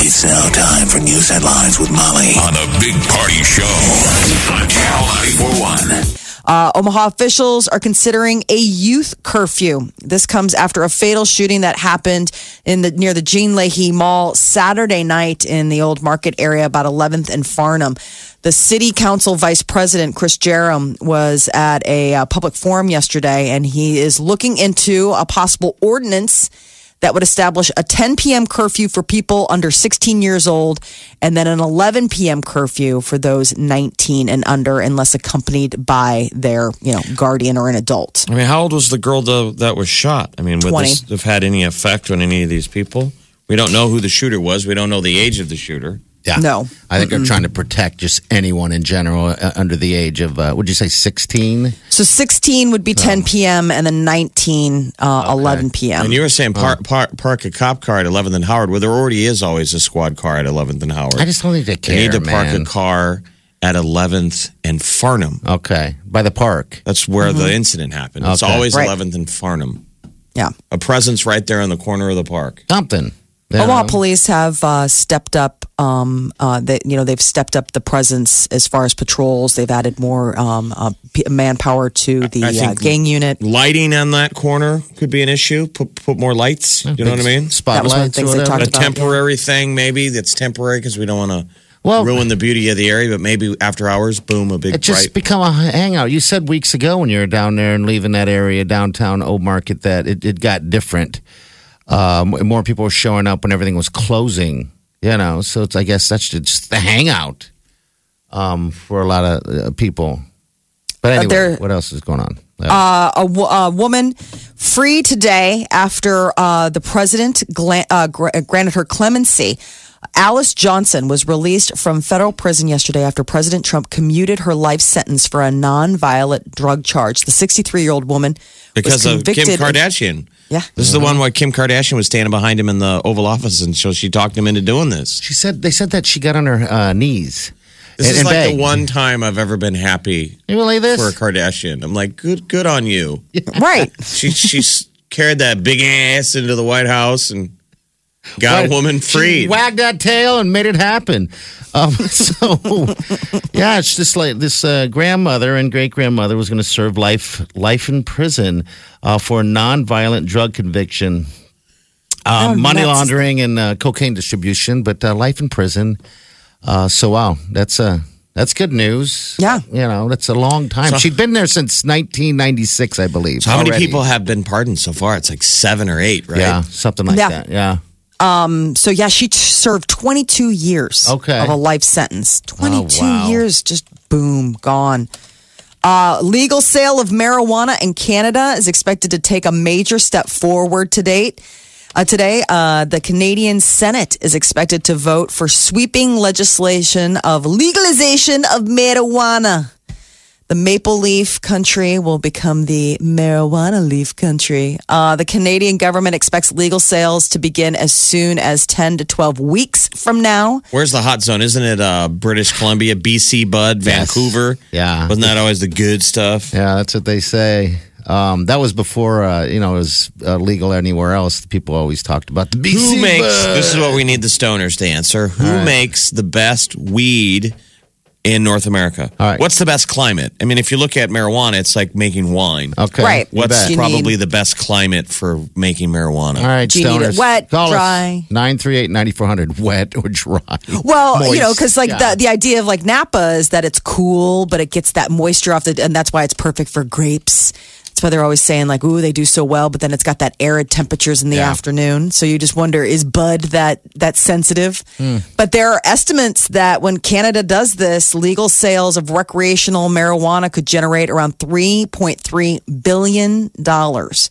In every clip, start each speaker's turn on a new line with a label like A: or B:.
A: It's now time for news headlines with Molly on the Big Party Show on Channel 941.
B: Uh, Omaha officials are considering a youth curfew. This comes after a fatal shooting that happened in the near the Jean Leahy Mall Saturday night in the Old Market area, about 11th and Farnham. The city council vice president Chris Jerem was at a uh, public forum yesterday, and he is looking into a possible ordinance that would establish a 10 p.m. curfew for people under 16 years old and then an 11 p.m. curfew for those 19 and under unless accompanied by their, you know, guardian or an adult.
C: I mean, how old was the girl though that was shot? I mean, would
B: 20.
C: this have had any effect on any of these people? We don't know who the shooter was. We don't know the age of the shooter.
D: Yeah.
B: No.
D: I think they're trying to protect just anyone in general uh, under the age of, uh, would you say 16?
B: So 16 would be 10 p.m. and then 19 uh, 11 p.m.
C: And you were saying
D: Um,
C: park, park, park a cop car at 11th and Howard, where there already is always a squad car at 11th and Howard.
D: I just don't think they care.
C: they need to park
D: man.
C: a car at 11th and Farnham.
D: Okay. By the park.
C: That's where the incident happened. It's
D: Mm-hmm. Okay.
C: always
B: Right.
C: 11th and Farnham.
B: yeah.
C: A presence right there in the corner of the park.
D: Something. You
B: Omaha
D: know?
B: police have uh, stepped up. Um, uh, that you know they've stepped up the presence as far as patrols. They've added more um, uh, p- manpower to the
C: I
B: uh,
C: think-
B: gang unit.
C: Lighting on that corner could be an issue. Put, put more lights. You know what I mean?
B: That was one of the
D: Spotlights.
B: things
D: or whatever.
B: they
C: a
B: talked about.
C: temporary thing maybe that's temporary because we don't want to
D: Well-
C: ruin the beauty of the area but maybe after hours boom a big
D: It just
C: bright
D: become a hangout. You said weeks ago when you were down there and leaving that area downtown Old Market that it, it got different. Um, more people were showing up when everything was closing. You know, so it's I guess that's just the hangout um, for a lot of uh, people. But anyway,
B: there-
D: what else is going on?
B: a, wo- a woman free today after uh, the president gla- uh, gr- uh, granted her clemency. Alice Johnson was released from federal prison yesterday after President Trump commuted her life sentence for a nonviolent drug charge. The 63 year old woman was
C: because of kim
B: convicted
C: kardashian
B: Yeah.
C: this is the
D: Uh-huh.
C: one where kim kardashian was standing behind him in the oval office and so she talked him into doing this
D: She said they said that she got on her uh, knees.
C: this
D: and-
C: is
D: and
C: like
D: begged.
C: the one time i've ever been happy
D: You believe this?
C: for a kardashian i'm like good good on you
B: Right.
C: she she's carried that big ass into the white house and got a
D: Right.
C: woman
D: She
C: freed
D: wagged that tail and made it happen. Um, so, yeah, it's just like this uh, grandmother and great grandmother was going to serve life life in prison uh, for a nonviolent drug conviction, uh,
B: Oh,
D: money
B: nuts.
D: laundering, and uh, cocaine distribution, but uh, life in prison. Uh, so, wow, that's Uh, that's good news.
B: Yeah.
D: You know, that's a long time. She'd been there since 1996, I believe.
C: how many
D: already.
C: people have been pardoned so far it's like seven or eight right
D: Yeah, something like
B: Yeah.
D: that. Yeah.
B: So, yeah, she t- served 22 years
D: Okay.
B: of a life sentence. 22
D: wow.
B: years, just boom, gone. Uh, legal sale of marijuana in Canada is expected to take a major step forward to date. Uh, today, uh, the Canadian Senate is expected to vote for sweeping legislation of legalization of marijuana. The maple leaf country will become the marijuana leaf country. Uh, the Canadian government expects legal sales to begin as soon as 10 to 12 weeks from now.
C: Where's the hot zone? Isn't it uh, British Columbia, BC, Bud,
D: Yes.
C: Vancouver?
D: Yeah.
C: Wasn't that always the good stuff?
D: Yeah, that's what they say. Um, that was before uh, you know it was uh, legal anywhere else. People always talked about the BC.
C: Who makes
D: bud.
C: this is what we need the stoners to answer. Who makes the best weed in North America?
D: All right.
C: What's the best climate? I mean, if you look at marijuana, it's like making wine.
D: Okay,
B: Right.
D: you
C: What's
D: bet.
B: You
C: probably
B: need-
C: the best climate for making marijuana?
D: all right,
B: Do you need it
D: stoners.
B: wet,
D: Call
B: dry?
D: Nine three eight ninety four hundred. Wet or dry?
B: Well, you
D: Moist.
B: know, because like
D: Yeah.
B: the, the idea of like Napa is that it's cool, but it gets that moisture off the, and that's why it's perfect for grapes. That's why they're always saying like, "Ooh, they do so well," but then it's got that arid temperatures in the
D: Yeah.
B: afternoon. So you just wonder, is Bud that that sensitive?
D: Hmm.
B: But there are estimates that when Canada does this, legal sales of recreational marijuana could generate around three point three billion dollars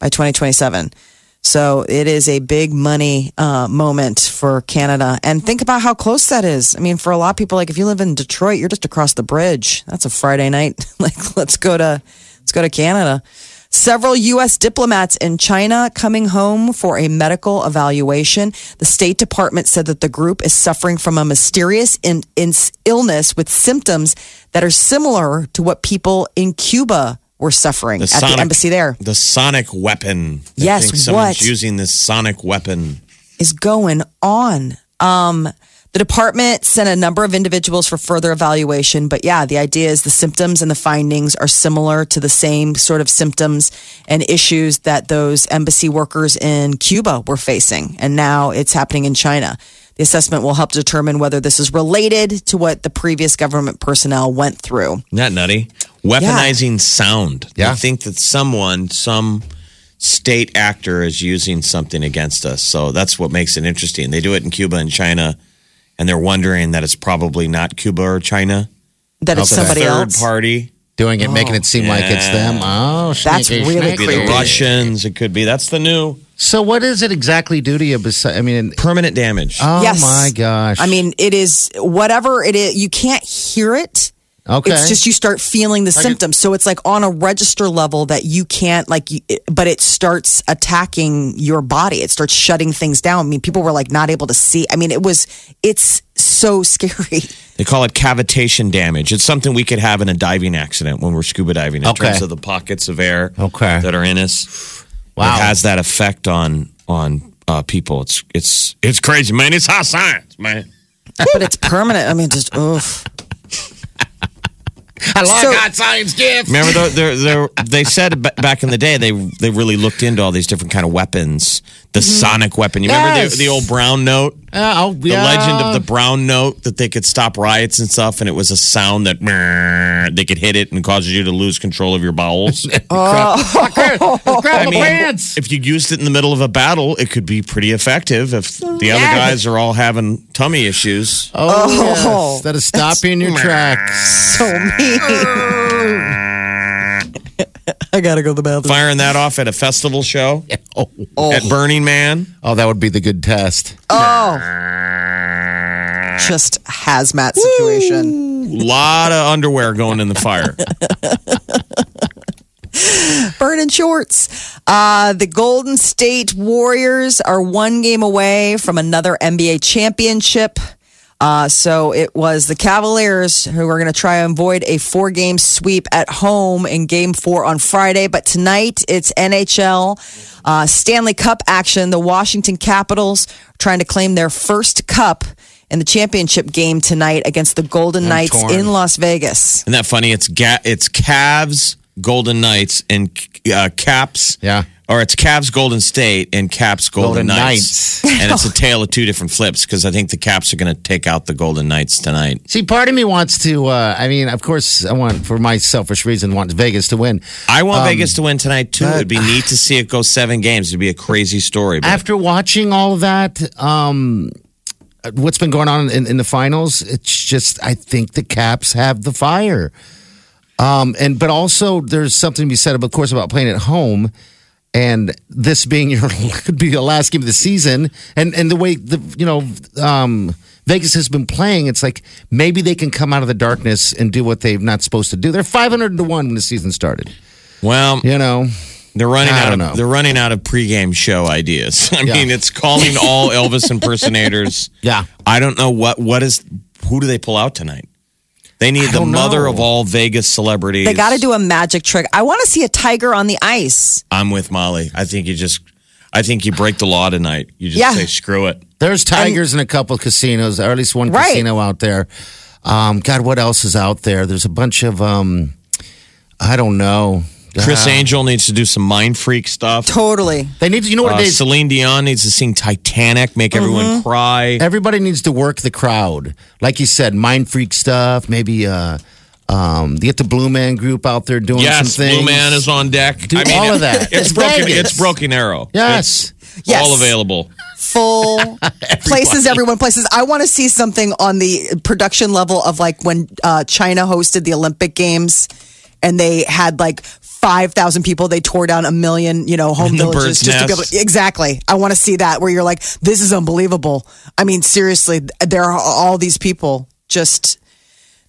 B: by 2027. So it is a big money uh, moment for Canada. And think about how close that is. I mean, for a lot of people, like if you live in Detroit, you're just across the bridge. That's a Friday night. like let's go to let's go to Canada. Several U.S. diplomats in China coming home for a medical evaluation. The State Department said that the group is suffering from a mysterious in, in illness with symptoms that are similar to what people in Cuba were suffering at the embassy there.
C: The sonic weapon. I
B: Yes,
C: think
B: what?
C: someone's using this sonic weapon.
B: is going on. Um, the department sent a number of individuals for further evaluation, but yeah, the idea is the symptoms and the findings are similar to the same sort of symptoms and issues that those embassy workers in Cuba were facing. And now it's happening in China. The assessment will help determine whether this is related to what the previous government personnel went through.
C: Not nutty. Weaponizing sound. Yeah. I think that someone, some state actor is using something against us. So that's what makes it interesting. They do it in Cuba and China, and they're wondering that it's probably not Cuba or China.
B: That it's
D: Okay.
B: somebody
C: Third
B: else.
C: party.
D: Doing it, making it seem like it's them. Oh,
B: That's
D: sneaky, sneaky.
B: really
C: Could be the Russians. It could be. That's the new
D: So, what is it exactly do to you? Besides, I mean,
C: permanent damage.
D: oh
B: Yes.
D: my gosh.
B: I mean, it is whatever it is, you can't hear it.
D: okay.
B: It's just you start feeling the symptoms. So it's like on a register level that you can't like, you, it- but it starts attacking your body. It starts shutting things down. I mean, people were like not able to see. I mean, it was, it's so scary.
C: They call it cavitation damage. It's something we could have in a diving accident when we're scuba diving in
D: Okay.
C: terms of the pockets of air
D: Okay.
C: that are in us.
D: Wow.
C: It has that effect on on uh, people. It's it's it's crazy, man. It's hot science, man.
B: But it's permanent. I mean, just oof.
D: I love
B: so-
D: God science gift.
C: Remember, though, they're, they're, they said ba- back in the day they they really looked into all these different kind of weapons. The sonic weapon. You remember
D: Yes.
C: the, the old brown note,
D: Uh, oh,
C: the legend of the brown note that they could stop riots and stuff, and it was a sound that they could hit it and causes you to lose control of your bowels.
B: Oh.
D: Grab my
C: mean,
D: pants.
C: if you used it in the middle of a battle, it could be pretty effective if the other guys are all having tummy issues.
D: Oh, yes. That'll stop you in your tracks.
B: So mean. I gotta go to the bathroom.
C: Firing that off at a festival show
D: Oh.
C: at Burning Man.
D: oh, that would be the good test.
B: Oh. Just hazmat situation.
C: A lot of underwear going in the fire.
B: burning shorts. Uh, the Golden State Warriors are one game away from another NBA championship. Uh, so it was the Cavaliers who are going to try and avoid a four game sweep at home in game four on Friday. But tonight it's NHL uh, Stanley Cup action. The Washington Capitals trying to claim their first cup in the championship game tonight against the Golden Knights
D: torn.
B: in Las Vegas.
C: Isn't that funny? It's ga- it's Cavs, Golden Knights, and uh, Caps.
D: Yeah.
C: Or it's Cavs, Golden State, and Caps,
D: Golden
C: Golden, Knights. and it's a tale of two different flips because I think the Caps are going to take out the Golden Knights tonight.
D: See, part of me wants to. Uh, I mean, of course, I want, for my selfish reason, want Vegas to win.
C: I want
D: Um,
C: Vegas to win tonight too. It'd be neat to see it go seven games. It'd be a crazy story. But
D: After watching all of that, um, what's been going on in, in the finals? It's just, I think the Caps have the fire. Um, and but also, there's something to be said, of course, about playing at home. And this being your could be the last game of the season, and and the way the you know um, Vegas has been playing, it's like maybe they can come out of the darkness and do what they're not supposed to do. They're five hundred to one when the season started.
C: well,
D: You know,
C: they're running
D: I
C: out of
D: don't know.
C: they're running out of pregame show ideas. I
D: Yeah.
C: mean, it's calling all Elvis impersonators.
D: Yeah.
C: I don't know what what is who do they pull out tonight? They need the
D: don't
C: mother
D: know.
C: of all Vegas celebrities.
B: They got to do a magic trick. I want to see a tiger on the ice.
C: I'm with Molly. I think you just I think you break the law tonight. You just
B: Yeah.
C: say screw it.
D: There's tigers in a couple casinos, or at least one
B: Right.
D: casino out there. Um, God, what else is out there? There's a bunch of um, I don't know.
C: Chris
D: Uh,
C: Angel needs to do some mind freak stuff.
B: Totally. Mm-hmm.
D: They need to. You know what
C: Uh,
D: it is.
C: Celine Dion needs to sing Titanic, make everyone cry.
D: Everybody needs to work the crowd, like you said, mind freak stuff. Maybe uh, um, you get the Blue Man Group out there doing
C: Yes,
D: some things.
C: Blue Man is on deck.
D: Do all
C: it-
D: of that. It's
C: It's broken.
D: Vegas.
C: It's Broken Arrow.
D: Yes.
C: It's
B: Yes.
C: all available.
B: full places, everyone places. I want to see something on the production level of like when uh, China hosted the Olympic Games and they had like 5,000 people. They tore down a million, you know, home
C: And the
B: villages
C: bird's
B: just to be able
C: nest.
B: to. Exactly. I want to see that where you're like, this is unbelievable. I mean, seriously, there are all these people just.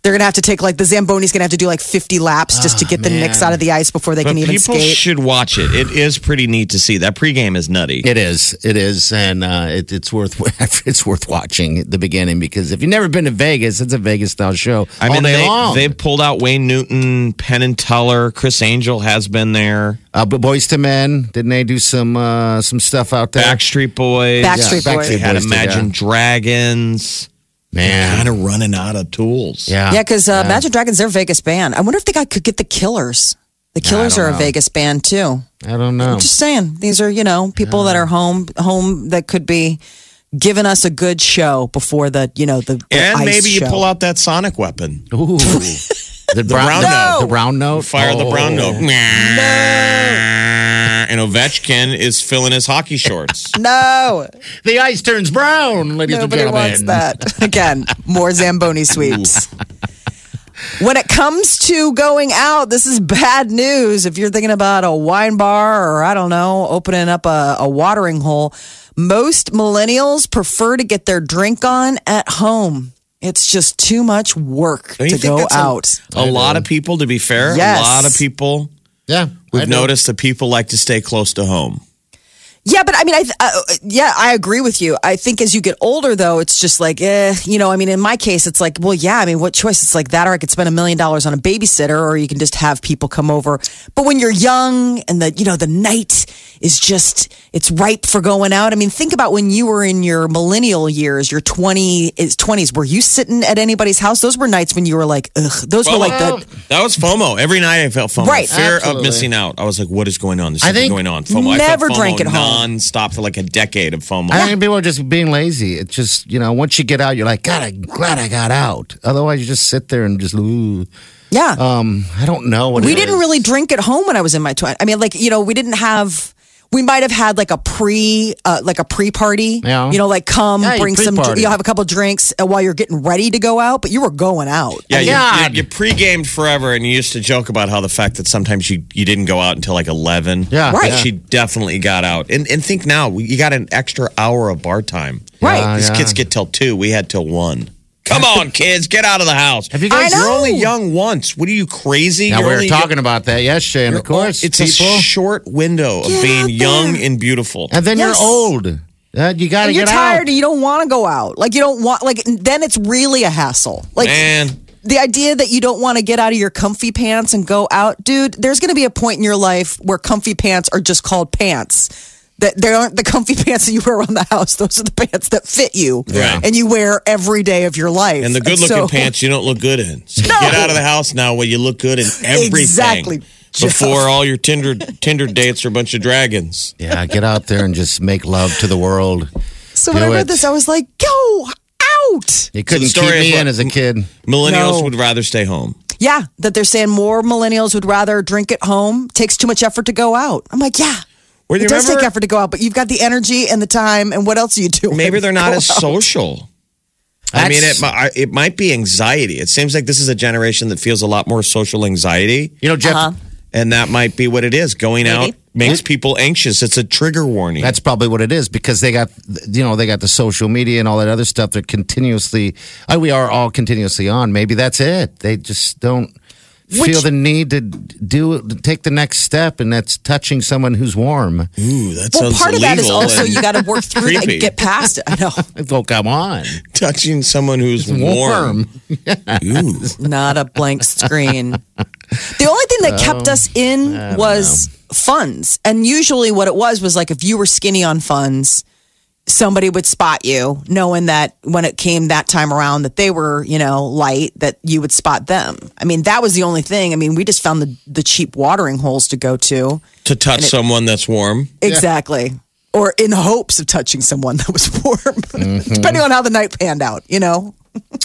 B: They're gonna have to take like the Zamboni's gonna have to do like 50 laps just to get the Knicks out of the ice before they
C: Ah,
B: can
C: But
B: even
C: people
B: skate.
C: should watch it. It is pretty neat to see. That pregame is nutty.
D: It is. It is, and uh, it, it's worth it's worth watching at the beginning because if you've never been to Vegas, it's a Vegas style show
C: I mean,
D: all day
C: they,
D: long.
C: they pulled out Wayne Newton, Penn and Teller, Chris Angel has been there,
D: uh, but Boys to Men, didn't they do some uh, some stuff out there?
C: Backstreet Boys,
B: Backstreet
D: Yeah,
B: Boys.
C: they had
D: Boys did,
C: Imagine
D: yeah.
C: Dragons.
D: man,
C: Kind of running out of tools.
D: yeah,
B: Yeah, because uh, Imagine Dragons, they're a Vegas band. I wonder if they got, could get the Killers. The Killers are a Vegas band too.
D: I don't know.
C: Oh.
B: Just saying, these are you know people that are home home that could be giving us a good show before the you know the, the
C: And
B: ice
C: maybe you
B: show.
C: pull out that sonic weapon.
D: Ooh. The,
C: round
D: the-
C: note.
D: The round note.
C: Fire the
D: Oh.
C: brown note. And Ovechkin is filling his hockey shorts.
B: No,
D: The ice turns brown, ladies and
B: nobody
D: gentlemen.
B: wants that. Again, more Zamboni sweeps. When it comes to going out, this is bad news. If you're thinking about a wine bar or I don't know, opening up a, a watering hole, most millennials prefer to get their drink on at home. It's just too much work
C: Don't you
B: to
C: think
B: go
C: that's a-
B: out.
C: A lot of people, to be fair,
B: Yes.
C: a lot of people.
D: Yeah.
C: We've
D: I do.
C: noticed that people like to stay close to home.
B: Yeah, but I mean, I th- uh, yeah, I agree with you. I think as you get older, though, it's just like, eh, you know, I mean, in my case, it's like, well, yeah, I mean, what choice? It's like that, or I could spend a million dollars on a babysitter, or you can just have people come over. But when you're young and the, you know, the night is just, it's ripe for going out. I mean, think about when you were in your millennial years, your 20, is 20s. Were you sitting at anybody's house? Those were nights when you were like, ugh, those were like the,
C: That was FOMO. Every night I felt FOMO.
B: Right.
C: Fear of
D: Absolutely.
C: missing out. I was like, what is going on? There's
D: I
C: something
D: think
C: going on. FOMO.
B: never
C: I felt FOMO
B: drank at home.
C: nonstop for like a decade of FOMO.
D: I think people are just being lazy. It's just, you know, once you get out, you're like, God, I'm glad I got out. Otherwise, you just sit there and just, ooh.
B: yeah.
D: Um, I don't know what
B: we
D: it
B: didn't
D: is.
B: really drink at home when I was in my 20s. I mean, like, you know, we didn't have. We might have had like a pre, uh, like a pre-party.
D: Yeah.
B: You know, like come,
D: Yeah, your
B: bring some.
D: pre-party.
B: You'll have a couple drinks uh, while you're getting ready to go out, but you were going out.
C: Yeah, you,
D: God.
C: you, you pre-gamed forever, and you used to joke about how the fact that sometimes you, you didn't go out until like eleven.
D: Yeah.
C: But
D: Right.
C: She definitely got out, and and think now we- you got an extra hour of bar time.
B: Right.
D: Yeah,
C: These
D: yeah.
C: kids get till two. We had till one. Come on, kids, get out of the house.
D: Have you guys-
B: I know.
C: You're only young once. What are you crazy?
D: Now,
C: You're
D: we were
C: only
D: talking about that yesterday, and of course,
C: It's
D: people.
C: a short window of
B: Get out
C: being young
B: there.
C: and beautiful.
D: and then
B: Yes.
D: you're old. Uh, you got to
B: And you're
D: get
B: tired
D: out.
B: and you don't want to go out. Like you don't want. Like then it's really a hassle. Like
C: Man.
B: the idea that you don't want to get out of your comfy pants and go out, dude. There's going to be a point in your life where comfy pants are just called pants. That they aren't the comfy pants that you wear around the house. Those are the pants that fit you
C: Right.
B: and you wear every day of your life.
C: And the good looking
B: so-
C: pants you don't look good in. So
B: No.
C: get out of the house now where you look good in everything.
B: Exactly, Jeff.
C: Before all your Tinder Tinder dates are a bunch of dragons.
D: Yeah, get out there and just make love to the world.
B: So when I
D: Do
B: read
D: it.
B: this, I was like, go out.
D: You couldn't
C: story
D: keep
C: is
D: me
C: what-
D: in as a kid.
C: Millennials
B: No.
C: would rather stay home.
B: Yeah, that they're saying more millennials would rather drink at home. Takes too much effort to go out. I'm like, yeah.
C: Well, you
B: it does take
C: remember-
B: effort to go out, but you've got the energy and the time, and what else are you doing?
C: Maybe they're not
B: Go
C: as
B: out.
C: social. I mean, it,
D: That's-
C: mi- I- it might be anxiety. It seems like this is a generation that feels a lot more social anxiety,
D: You know, Jeff,
C: and that might be what it is. Going out makes people anxious. It's a trigger warning.
D: That's probably what it is because they got, you know, they got the social media and all that other stuff. They're continuously, uh, we are all continuously on. Maybe that's it. They just don't feel the need to do take the next step, and that's touching someone who's warm.
C: Ooh, that
B: Well, part of that is
C: illegal
B: also
C: and
B: you got to work through that
C: creepy.
B: and get past it. I know.
D: Oh, come on,
C: touching someone who's warm. Ooh.
B: not a blank screen. The only thing that kept us in was funds. And usually what it was was like if you were skinny on funds, somebody would spot you, knowing that when it came that time around that they were, you know, light, that you would spot them. I mean, that was the only thing. I mean, we just found the, the cheap watering holes to go to.
C: to touch someone that's warm.
B: Exactly. Or in hopes of touching someone that was warm,
C: Mm-hmm.
B: depending on how the night panned out, you know?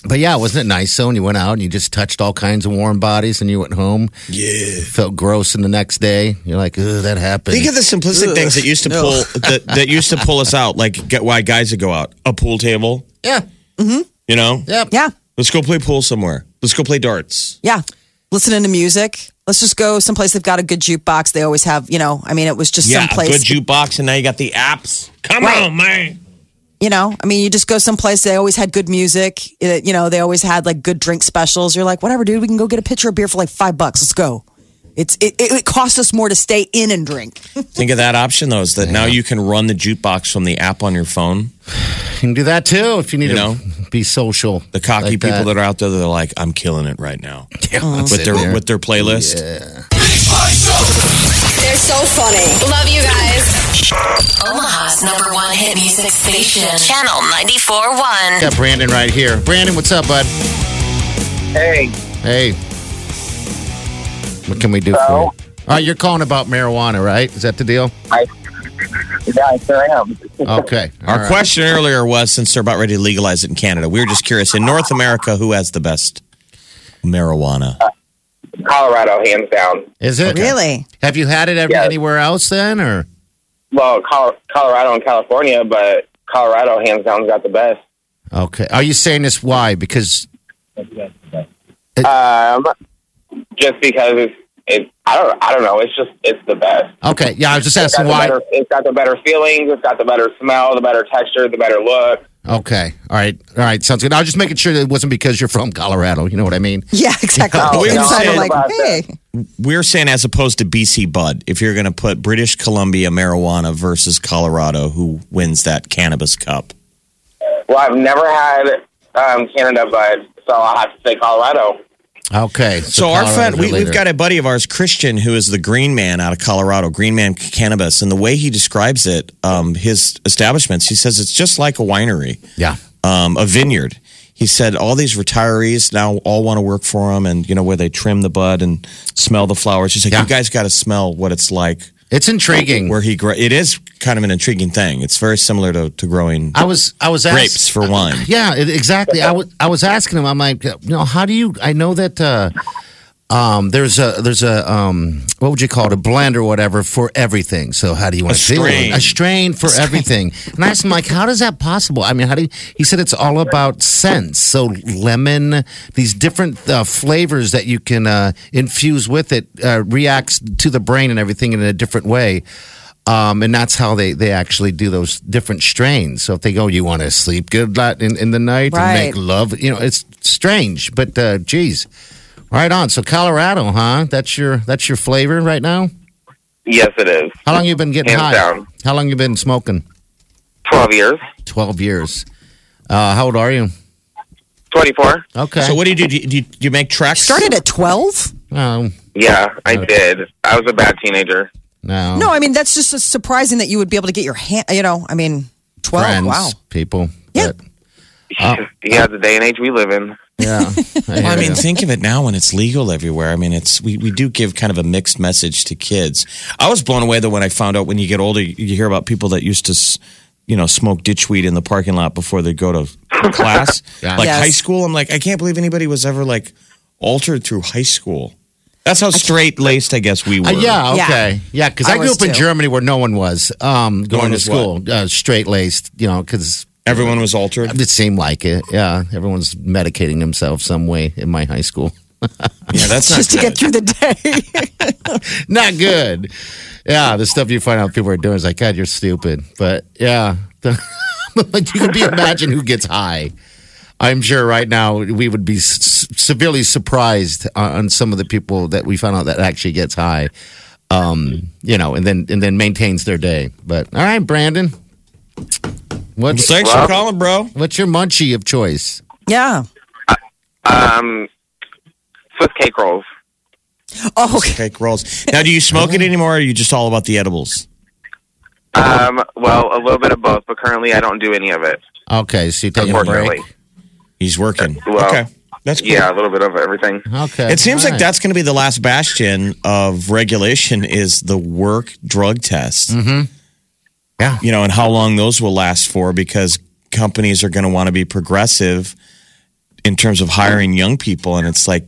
D: But yeah, wasn't it nice though? And you went out and you just touched all kinds of warm bodies, and you went home.
C: Yeah.
D: Felt gross, and the next day you're like, "Ugh, that happened."
C: Think of the simplistic things that used to pull that, that used to pull us out. Like get why guys would go out a pool table.
D: yeah,
C: You know,
D: yep,
B: Yeah.
C: let's go play pool somewhere. Let's go play darts.
B: Yeah. Listening to music. Let's just go someplace they've got a good jukebox. They always have, you know, I mean, it was just
C: Yeah, a
B: someplace.
C: good jukebox, and now you got the apps. Come
B: Right.
C: on, man.
B: you know, I mean, you just go someplace. They always had good music. Uh, You know, they always had like good drink specials. You're like, whatever, dude, we can go get a pitcher of beer for like five bucks. Let's go. It's it, it, it costs us more to stay in and drink.
C: Think of that option though, is that now you can run the jukebox from the app on your phone.
D: You can do that too if you need
C: You
D: to
C: know?
D: be social.
C: The cocky
D: like
C: people that. are out there, they're like, I'm killing it right now with their with their playlist.
E: They're so funny. Love you guys.
F: Omaha's number one hit music station, Channel 94.1.
D: Got Brandon right here. Brandon, what's up, bud?
G: Hey,
D: Hey. What can we do
G: So?
D: for you? All right, you're calling about marijuana, right? Is that the deal?
G: I, yeah, sure am.
D: Okay.
C: Our
D: All right.
C: question earlier was since they're about ready to legalize it in Canada, we were just curious in North America, who has the best marijuana?
G: Colorado, hands down.
D: Is it?
B: Really?
D: Have you had it ever,
G: Yeah.
D: anywhere else then? Or
G: Well, Col- Colorado and California, but Colorado, hands down, got the best.
D: Okay. Are you saying this why? Because
G: Um, just because it's, it, I don't, I don't know. It's just, it's the best.
D: okay, yeah, I was just
G: It's got,
D: asking
G: the
D: why.
G: better, it's got the better feelings. It's got the better smell, the better texture, the better look.
D: Okay. All right. All right. Sounds good. I was just making sure that it wasn't because you're from Colorado. You know what I mean?
B: Yeah, exactly.
G: Oh,
C: we
B: Inside,
C: were
B: I'm like,
G: saying-
B: hey,
C: We're saying as opposed to BC Bud, if you're going to put British Columbia marijuana versus Colorado, who wins that cannabis cup?
G: Well, I've never had um, Canada, but so I'll have to say Colorado.
D: Okay.
C: So our
D: Colorado's
C: friend,
D: your
C: we, we've
D: leader.
C: got a buddy of ours, Christian, who is the Green Man out of Colorado, Green Man Cannabis, and the way he describes it, um, his establishments, he says it's just like a winery.
D: Yeah.
C: um, a vineyard. He said all these retirees now all want to work for him, and you know where they trim the bud and smell the flowers. He's like,
D: Yeah.
C: you guys got to smell what it's like
D: It's intriguing.
C: where he grow. It is kind of an intriguing thing. It's very similar to, to growing
D: I was I was asked,
C: grapes for wine.
D: Yeah, it, exactly. I was I was asking him. I'm like, you know, how do you? I know that uh, um, there's a there's a um, what would you call it? A blend or whatever for everything. So how do you want
C: A
D: to deal with it?
C: strain.
D: A strain for everything. And I asked him like, how does that possible? I mean, how do you? He said it's all about scents. So lemon, these different uh, flavors that you can uh, infuse with it uh, reacts to the brain and everything in a different way. Um, and that's how they, they actually do those different strains. So if they go, you want to sleep good li- in, in the night and
B: Right.
D: make love, you know, it's strange, but uh, geez, right on. So Colorado, huh? That's your that's your flavor right now.
G: Yes, it is.
D: How long you been getting
G: Hands
D: high?
G: down.
D: How long you been smoking?
G: 12 years,
D: Twelve years. Uh, how old are you?
G: 24.
D: Okay.
C: So what do you do? Do you, do you, do you make tracks?
B: started at twelve.
D: Um,
G: Yeah, I did. I was a bad teenager.
D: no.
B: No, I mean that's just surprising that you would be able to get your hand. You know, I mean, twelve.
D: friends,
B: Wow.
D: people.
B: Yeah.
D: But,
G: yeah, the day and age we live in.
D: yeah.
C: Well, I mean,
D: Yeah.
C: think of it now when it's legal everywhere. I mean, it's we, we do give kind of a mixed message to kids. I was blown away though when I found out when you get older, you hear about people that used to, s- you know, smoke ditchweed in the parking lot before they go to class,
D: Yeah.
C: like
B: Yes.
C: high school. I'm like, I can't believe anybody was ever like altered through high school. That's how straight laced I guess we were.
D: Uh, yeah,
B: Yeah.
D: okay. Yeah, because I,
B: I
D: grew
B: was
D: up in
B: too.
D: Germany where no one was um, going
C: one
D: to
C: was
D: school, uh, straight laced, you know, because
C: everyone was altered.
D: it seemed like it. Yeah, everyone's medicating themselves some way in my high school.
C: Yeah, that's not
B: Just to
C: good.
B: get through the day.
D: Not good. Yeah, the stuff you find out people are doing is like, God, you're stupid. But yeah, like you can be imagine who gets high. I'm sure right now we would be s- severely surprised on, on some of the people that we found out that actually gets high. Um, you know, and then and then maintains their day. But all right, Brandon, what's
C: Thanks for calling, bro.
D: what's your munchie of choice?
B: yeah.
G: Um, Swiss cake rolls.
B: Oh, okay.
C: Cake rolls. Now, do you smoke it anymore? Or are you just all about the edibles?
G: Um, well, a little bit of both, but currently I don't do any of it.
D: Okay, so you taking a break?
G: Unfortunately,
C: He's working.
G: Well,
C: okay, that's cool.
G: yeah, a little bit of everything.
D: Okay,
C: It seems
D: all
C: like
D: right.
C: that's going to be the last bastion of regulation is the work drug test.
D: Mm-hmm. Yeah.
C: You know, and how long those will last for because companies are going to want to be progressive in terms of hiring young people. And it's like,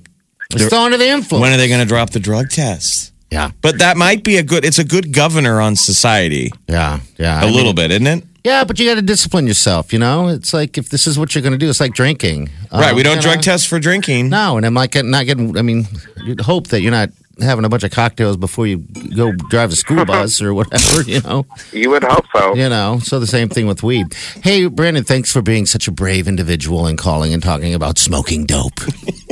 D: It's still under the influence.
C: when are they going to drop the drug test?
D: yeah,
C: But that might be a good, it's a good governor on society
D: yeah, yeah.
C: a little bit, isn't it?
D: Yeah, but you got to discipline yourself. You know, it's like if this is what you're going to do, it's like drinking.
C: right.
D: Um,
C: We don't
D: you
C: drug
D: know?
C: test for drinking.
D: No, and I'm like not getting. I mean, you'd hope that you're not having a bunch of cocktails before you go drive a school bus or whatever, you know.
G: You would hope so.
D: You know, so the same thing with weed. Hey, Brandon, thanks for being such a brave individual and calling and talking about smoking dope.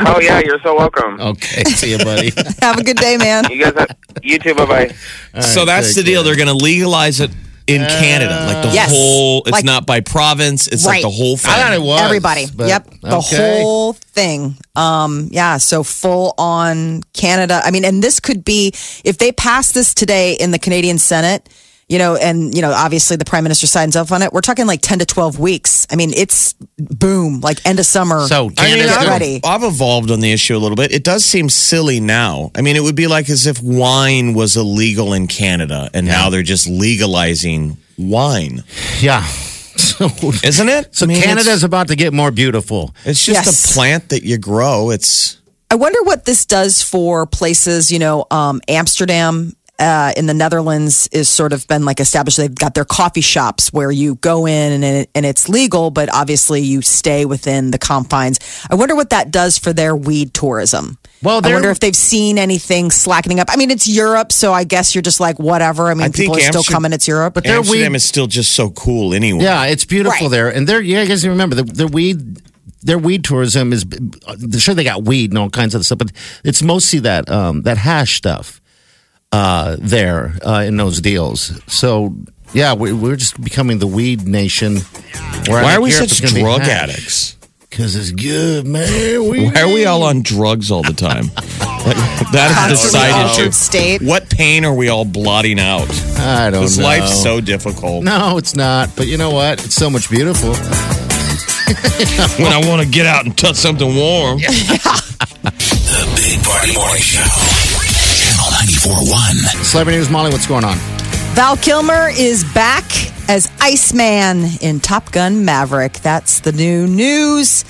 G: Oh yeah, you're so welcome.
D: Okay, see you, buddy.
B: Have a good day, man.
G: You guys, have, you too. Bye bye.
C: so that's the deal. They're going to legalize it in Canada, like the
B: Yes.
C: whole. It's
B: Like-
C: not by province. It's
B: Right.
C: like the whole thing.
D: I thought it was
B: Everybody.
D: but-
B: yep. The
D: okay.
B: whole thing. Um, yeah. So full on Canada. I mean, and this could be, if they pass this today in the Canadian Senate, you know, and, you know, obviously the prime minister signs off on it, we're talking like 10 to 12 weeks. I mean, it's boom, like end of summer.
D: So
C: I mean,
D: Canada's
B: get
C: I've,
B: ready.
C: I've evolved on the issue a little bit. It does seem silly now. I mean, it would be like as if wine was illegal in Canada, and now they're just legalizing wine,
D: Yeah. So,
C: isn't it?
D: so
C: I mean,
D: Canada's
C: It's,
D: about to get more beautiful.
C: it's
B: Yes.
C: just a plant that you grow. It's
B: I wonder what this does for places, you know, um, Amsterdam. Uh, in the Netherlands is sort of been like established. They've got their coffee shops where you go in and, it, and it's legal, but obviously you stay within the confines. I wonder what that does for their weed tourism.
D: Well,
B: I
D: they're-
B: wonder if they've seen anything slackening up. I mean, it's Europe, so I guess you're just like whatever. I mean,
C: I think
B: people are still
C: Amsterdam-
B: coming. It's Europe, but
D: Their
C: Amsterdam
D: weed-
C: is still just so cool anyway.
D: Yeah, it's beautiful
B: Right.
D: there, and there. Yeah, I guess you remember the, the weed. Their weed tourism is sure they got weed and all kinds of stuff, but it's mostly that um, that hash stuff uh, there uh, in those deals. So yeah, we, we're just becoming the weed nation.
C: Why are we such drug addicts?
D: Because it's good, man. We,
C: Why are we all on drugs all the time? like, that is the
B: Constantly
C: side
B: altered
C: issue.
B: state.
C: What pain are we all blotting out?
D: I don't
C: This
D: know.
C: life's so difficult.
D: no, it's not. But you know what? It's so much beautiful.
C: When I want to get out and touch something warm.
A: The Big Party Morning Show. Channel 94.1.
D: Celebrity news, Molly. What's going on?
B: Val Kilmer is back as Iceman in Top Gun Maverick. That's the new news.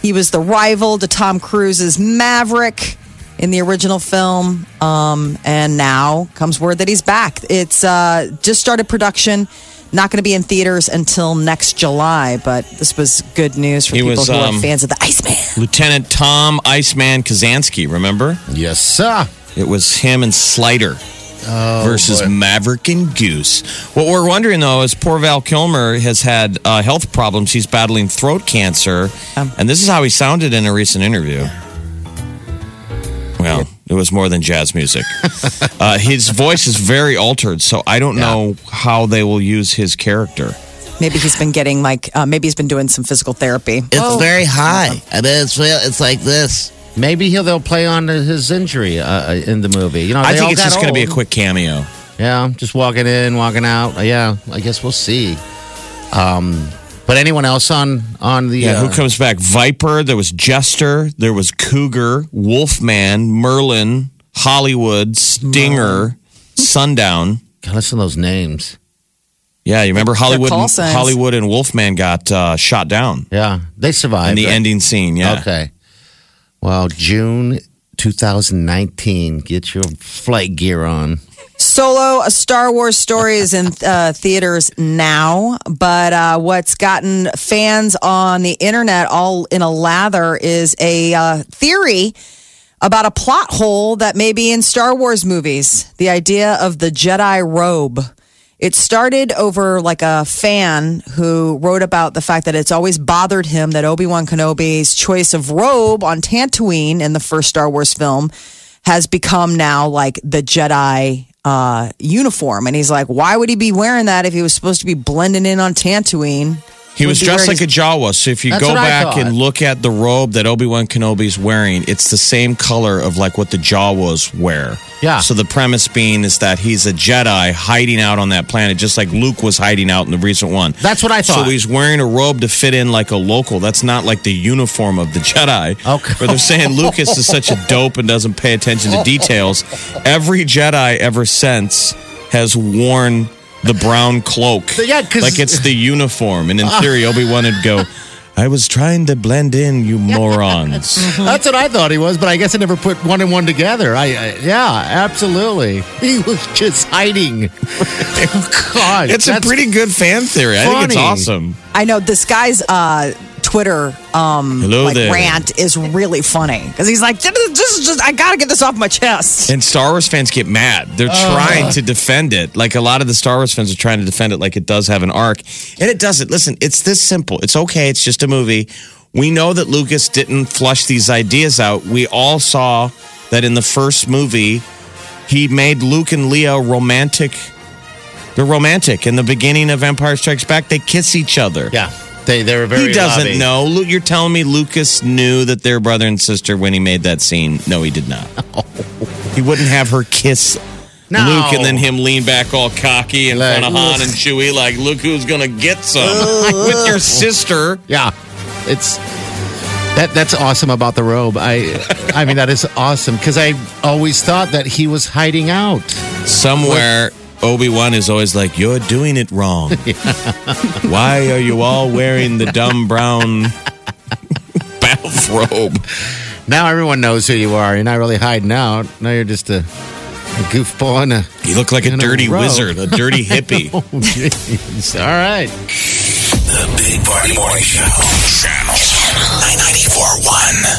B: He was the rival to Tom Cruise's Maverick in the original film. Um, and now comes word that he's back. It's uh, just started production. Not going to be in theaters until next July, but this was good news for
C: He
B: people
C: was,
B: who are
C: um,
B: fans of the Iceman.
C: Lieutenant Tom Iceman Kazansky, remember?
D: Yes, sir.
C: It was him and Slider versus Maverick and Goose. What we're wondering though is poor Val Kilmer has had uh, health problems. He's battling throat cancer,
D: Um,
C: and this is how he sounded in a recent interview. Well, it was more than jazz music. uh, his voice is very altered, so I don't know how they will use his character.
B: Maybe he's been getting like, uh, maybe he's been doing some physical therapy.
H: It's very high. I mean, it's real. It's like this.
D: Maybe he'll they'll play on his injury uh, in the movie. You know,
C: I
D: they all
C: think it's
D: got
C: just going to be a
D: old.
C: quick cameo.
D: Yeah, just walking in, walking out. Uh, Yeah, I guess we'll see. Um, but anyone else on on the?
C: Yeah,
D: uh,
C: who comes back? Viper, there was Jester, there was Cougar, Wolfman, Merlin, Hollywood, Stinger, Sundown.
D: God, listen to those names.
C: Yeah, you remember Hollywood
B: call
C: and,
B: signs.
C: Hollywood and Wolfman got uh, shot down
D: Yeah, they survived.
C: in the
D: right?
C: ending scene. Yeah.
D: Okay. Well, June 2019. Get your flight gear on.
B: Solo, a Star Wars story is in uh, theaters now, but uh, what's gotten fans on the internet all in a lather is a uh, theory about a plot hole that may be in Star Wars movies. The idea of the Jedi robe. It started over like a fan who wrote about the fact that it's always bothered him that Obi Wan Kenobi's choice of robe on Tatooine in the first Star Wars film has become now like the Jedi uh, uniform. And he's like, why would he be wearing that if he was supposed to be blending in on Tatooine?
C: He was
B: Would be
C: dressed
B: wearing
C: like a Jawa. So if you
D: That's
C: go
D: what I
C: back
D: thought.
C: and look at the robe that Obi Wan Kenobi's wearing, it's the same color of like what the Jawas wear.
D: Yeah.
C: So the premise being is that he's a Jedi hiding out on that planet, just like Luke was hiding out in the recent one.
D: That's what I thought.
C: So he's wearing a robe to fit in like a local. That's not like the uniform of the Jedi.
D: Okay.
C: Where they're saying Lucas is such a dope and doesn't pay attention to details. Every Jedi ever since has worn the brown cloak.
D: Yeah, 'cause-
C: like it's the uniform. And in theory, Obi Wan would go, I was trying to blend in, you morons.
D: That's what I thought he was, but I guess I never put one and one together. I, I yeah, absolutely. He was just hiding. oh, God,
C: It's a
D: that's
C: pretty good fan theory. I think it's
D: funny.
C: awesome.
B: I know this guy's uh, Twitter um,
C: Hello
B: like
C: there.
B: rant is really funny because he's like, this is just, I got to get this off my chest.
C: And Star Wars fans get mad. They're trying to defend it. Like a lot of the Star Wars fans are trying to defend it like it does have an arc. And it doesn't. Listen, it's this simple. It's okay. It's just a movie. We know that Lucas didn't flush these ideas out. We all saw that in the first movie, he made Luke and Leia romantic. They're romantic. In the beginning of Empire Strikes Back, they kiss each other.
D: Yeah, they they were very.
C: he doesn't
D: lobby.
C: know. Lu- You're telling me Lucas knew that they're brother and sister when he made that scene? No, he did not. He wouldn't have her kiss
D: No.
C: Luke and then him lean back all cocky in
D: Like,
C: front of Han
D: ugh.
C: and Chewie, like, look who's gonna get some with your sister.
D: Yeah, it's that that's awesome about the robe. I I mean that is awesome because I always thought that he was hiding out.
C: Somewhere, Obi Wan is always like, "You're doing it wrong. Why are you all wearing the dumb brown bath robe?"
D: Now everyone knows who you are. You're not really hiding out. Now you're just a, a goofball and a.
C: You look like a
D: In a
C: dirty
D: robe.
C: wizard, a dirty hippie.
D: Oh, jeez. All right.
A: The Big Party Morning Show. Channel 941.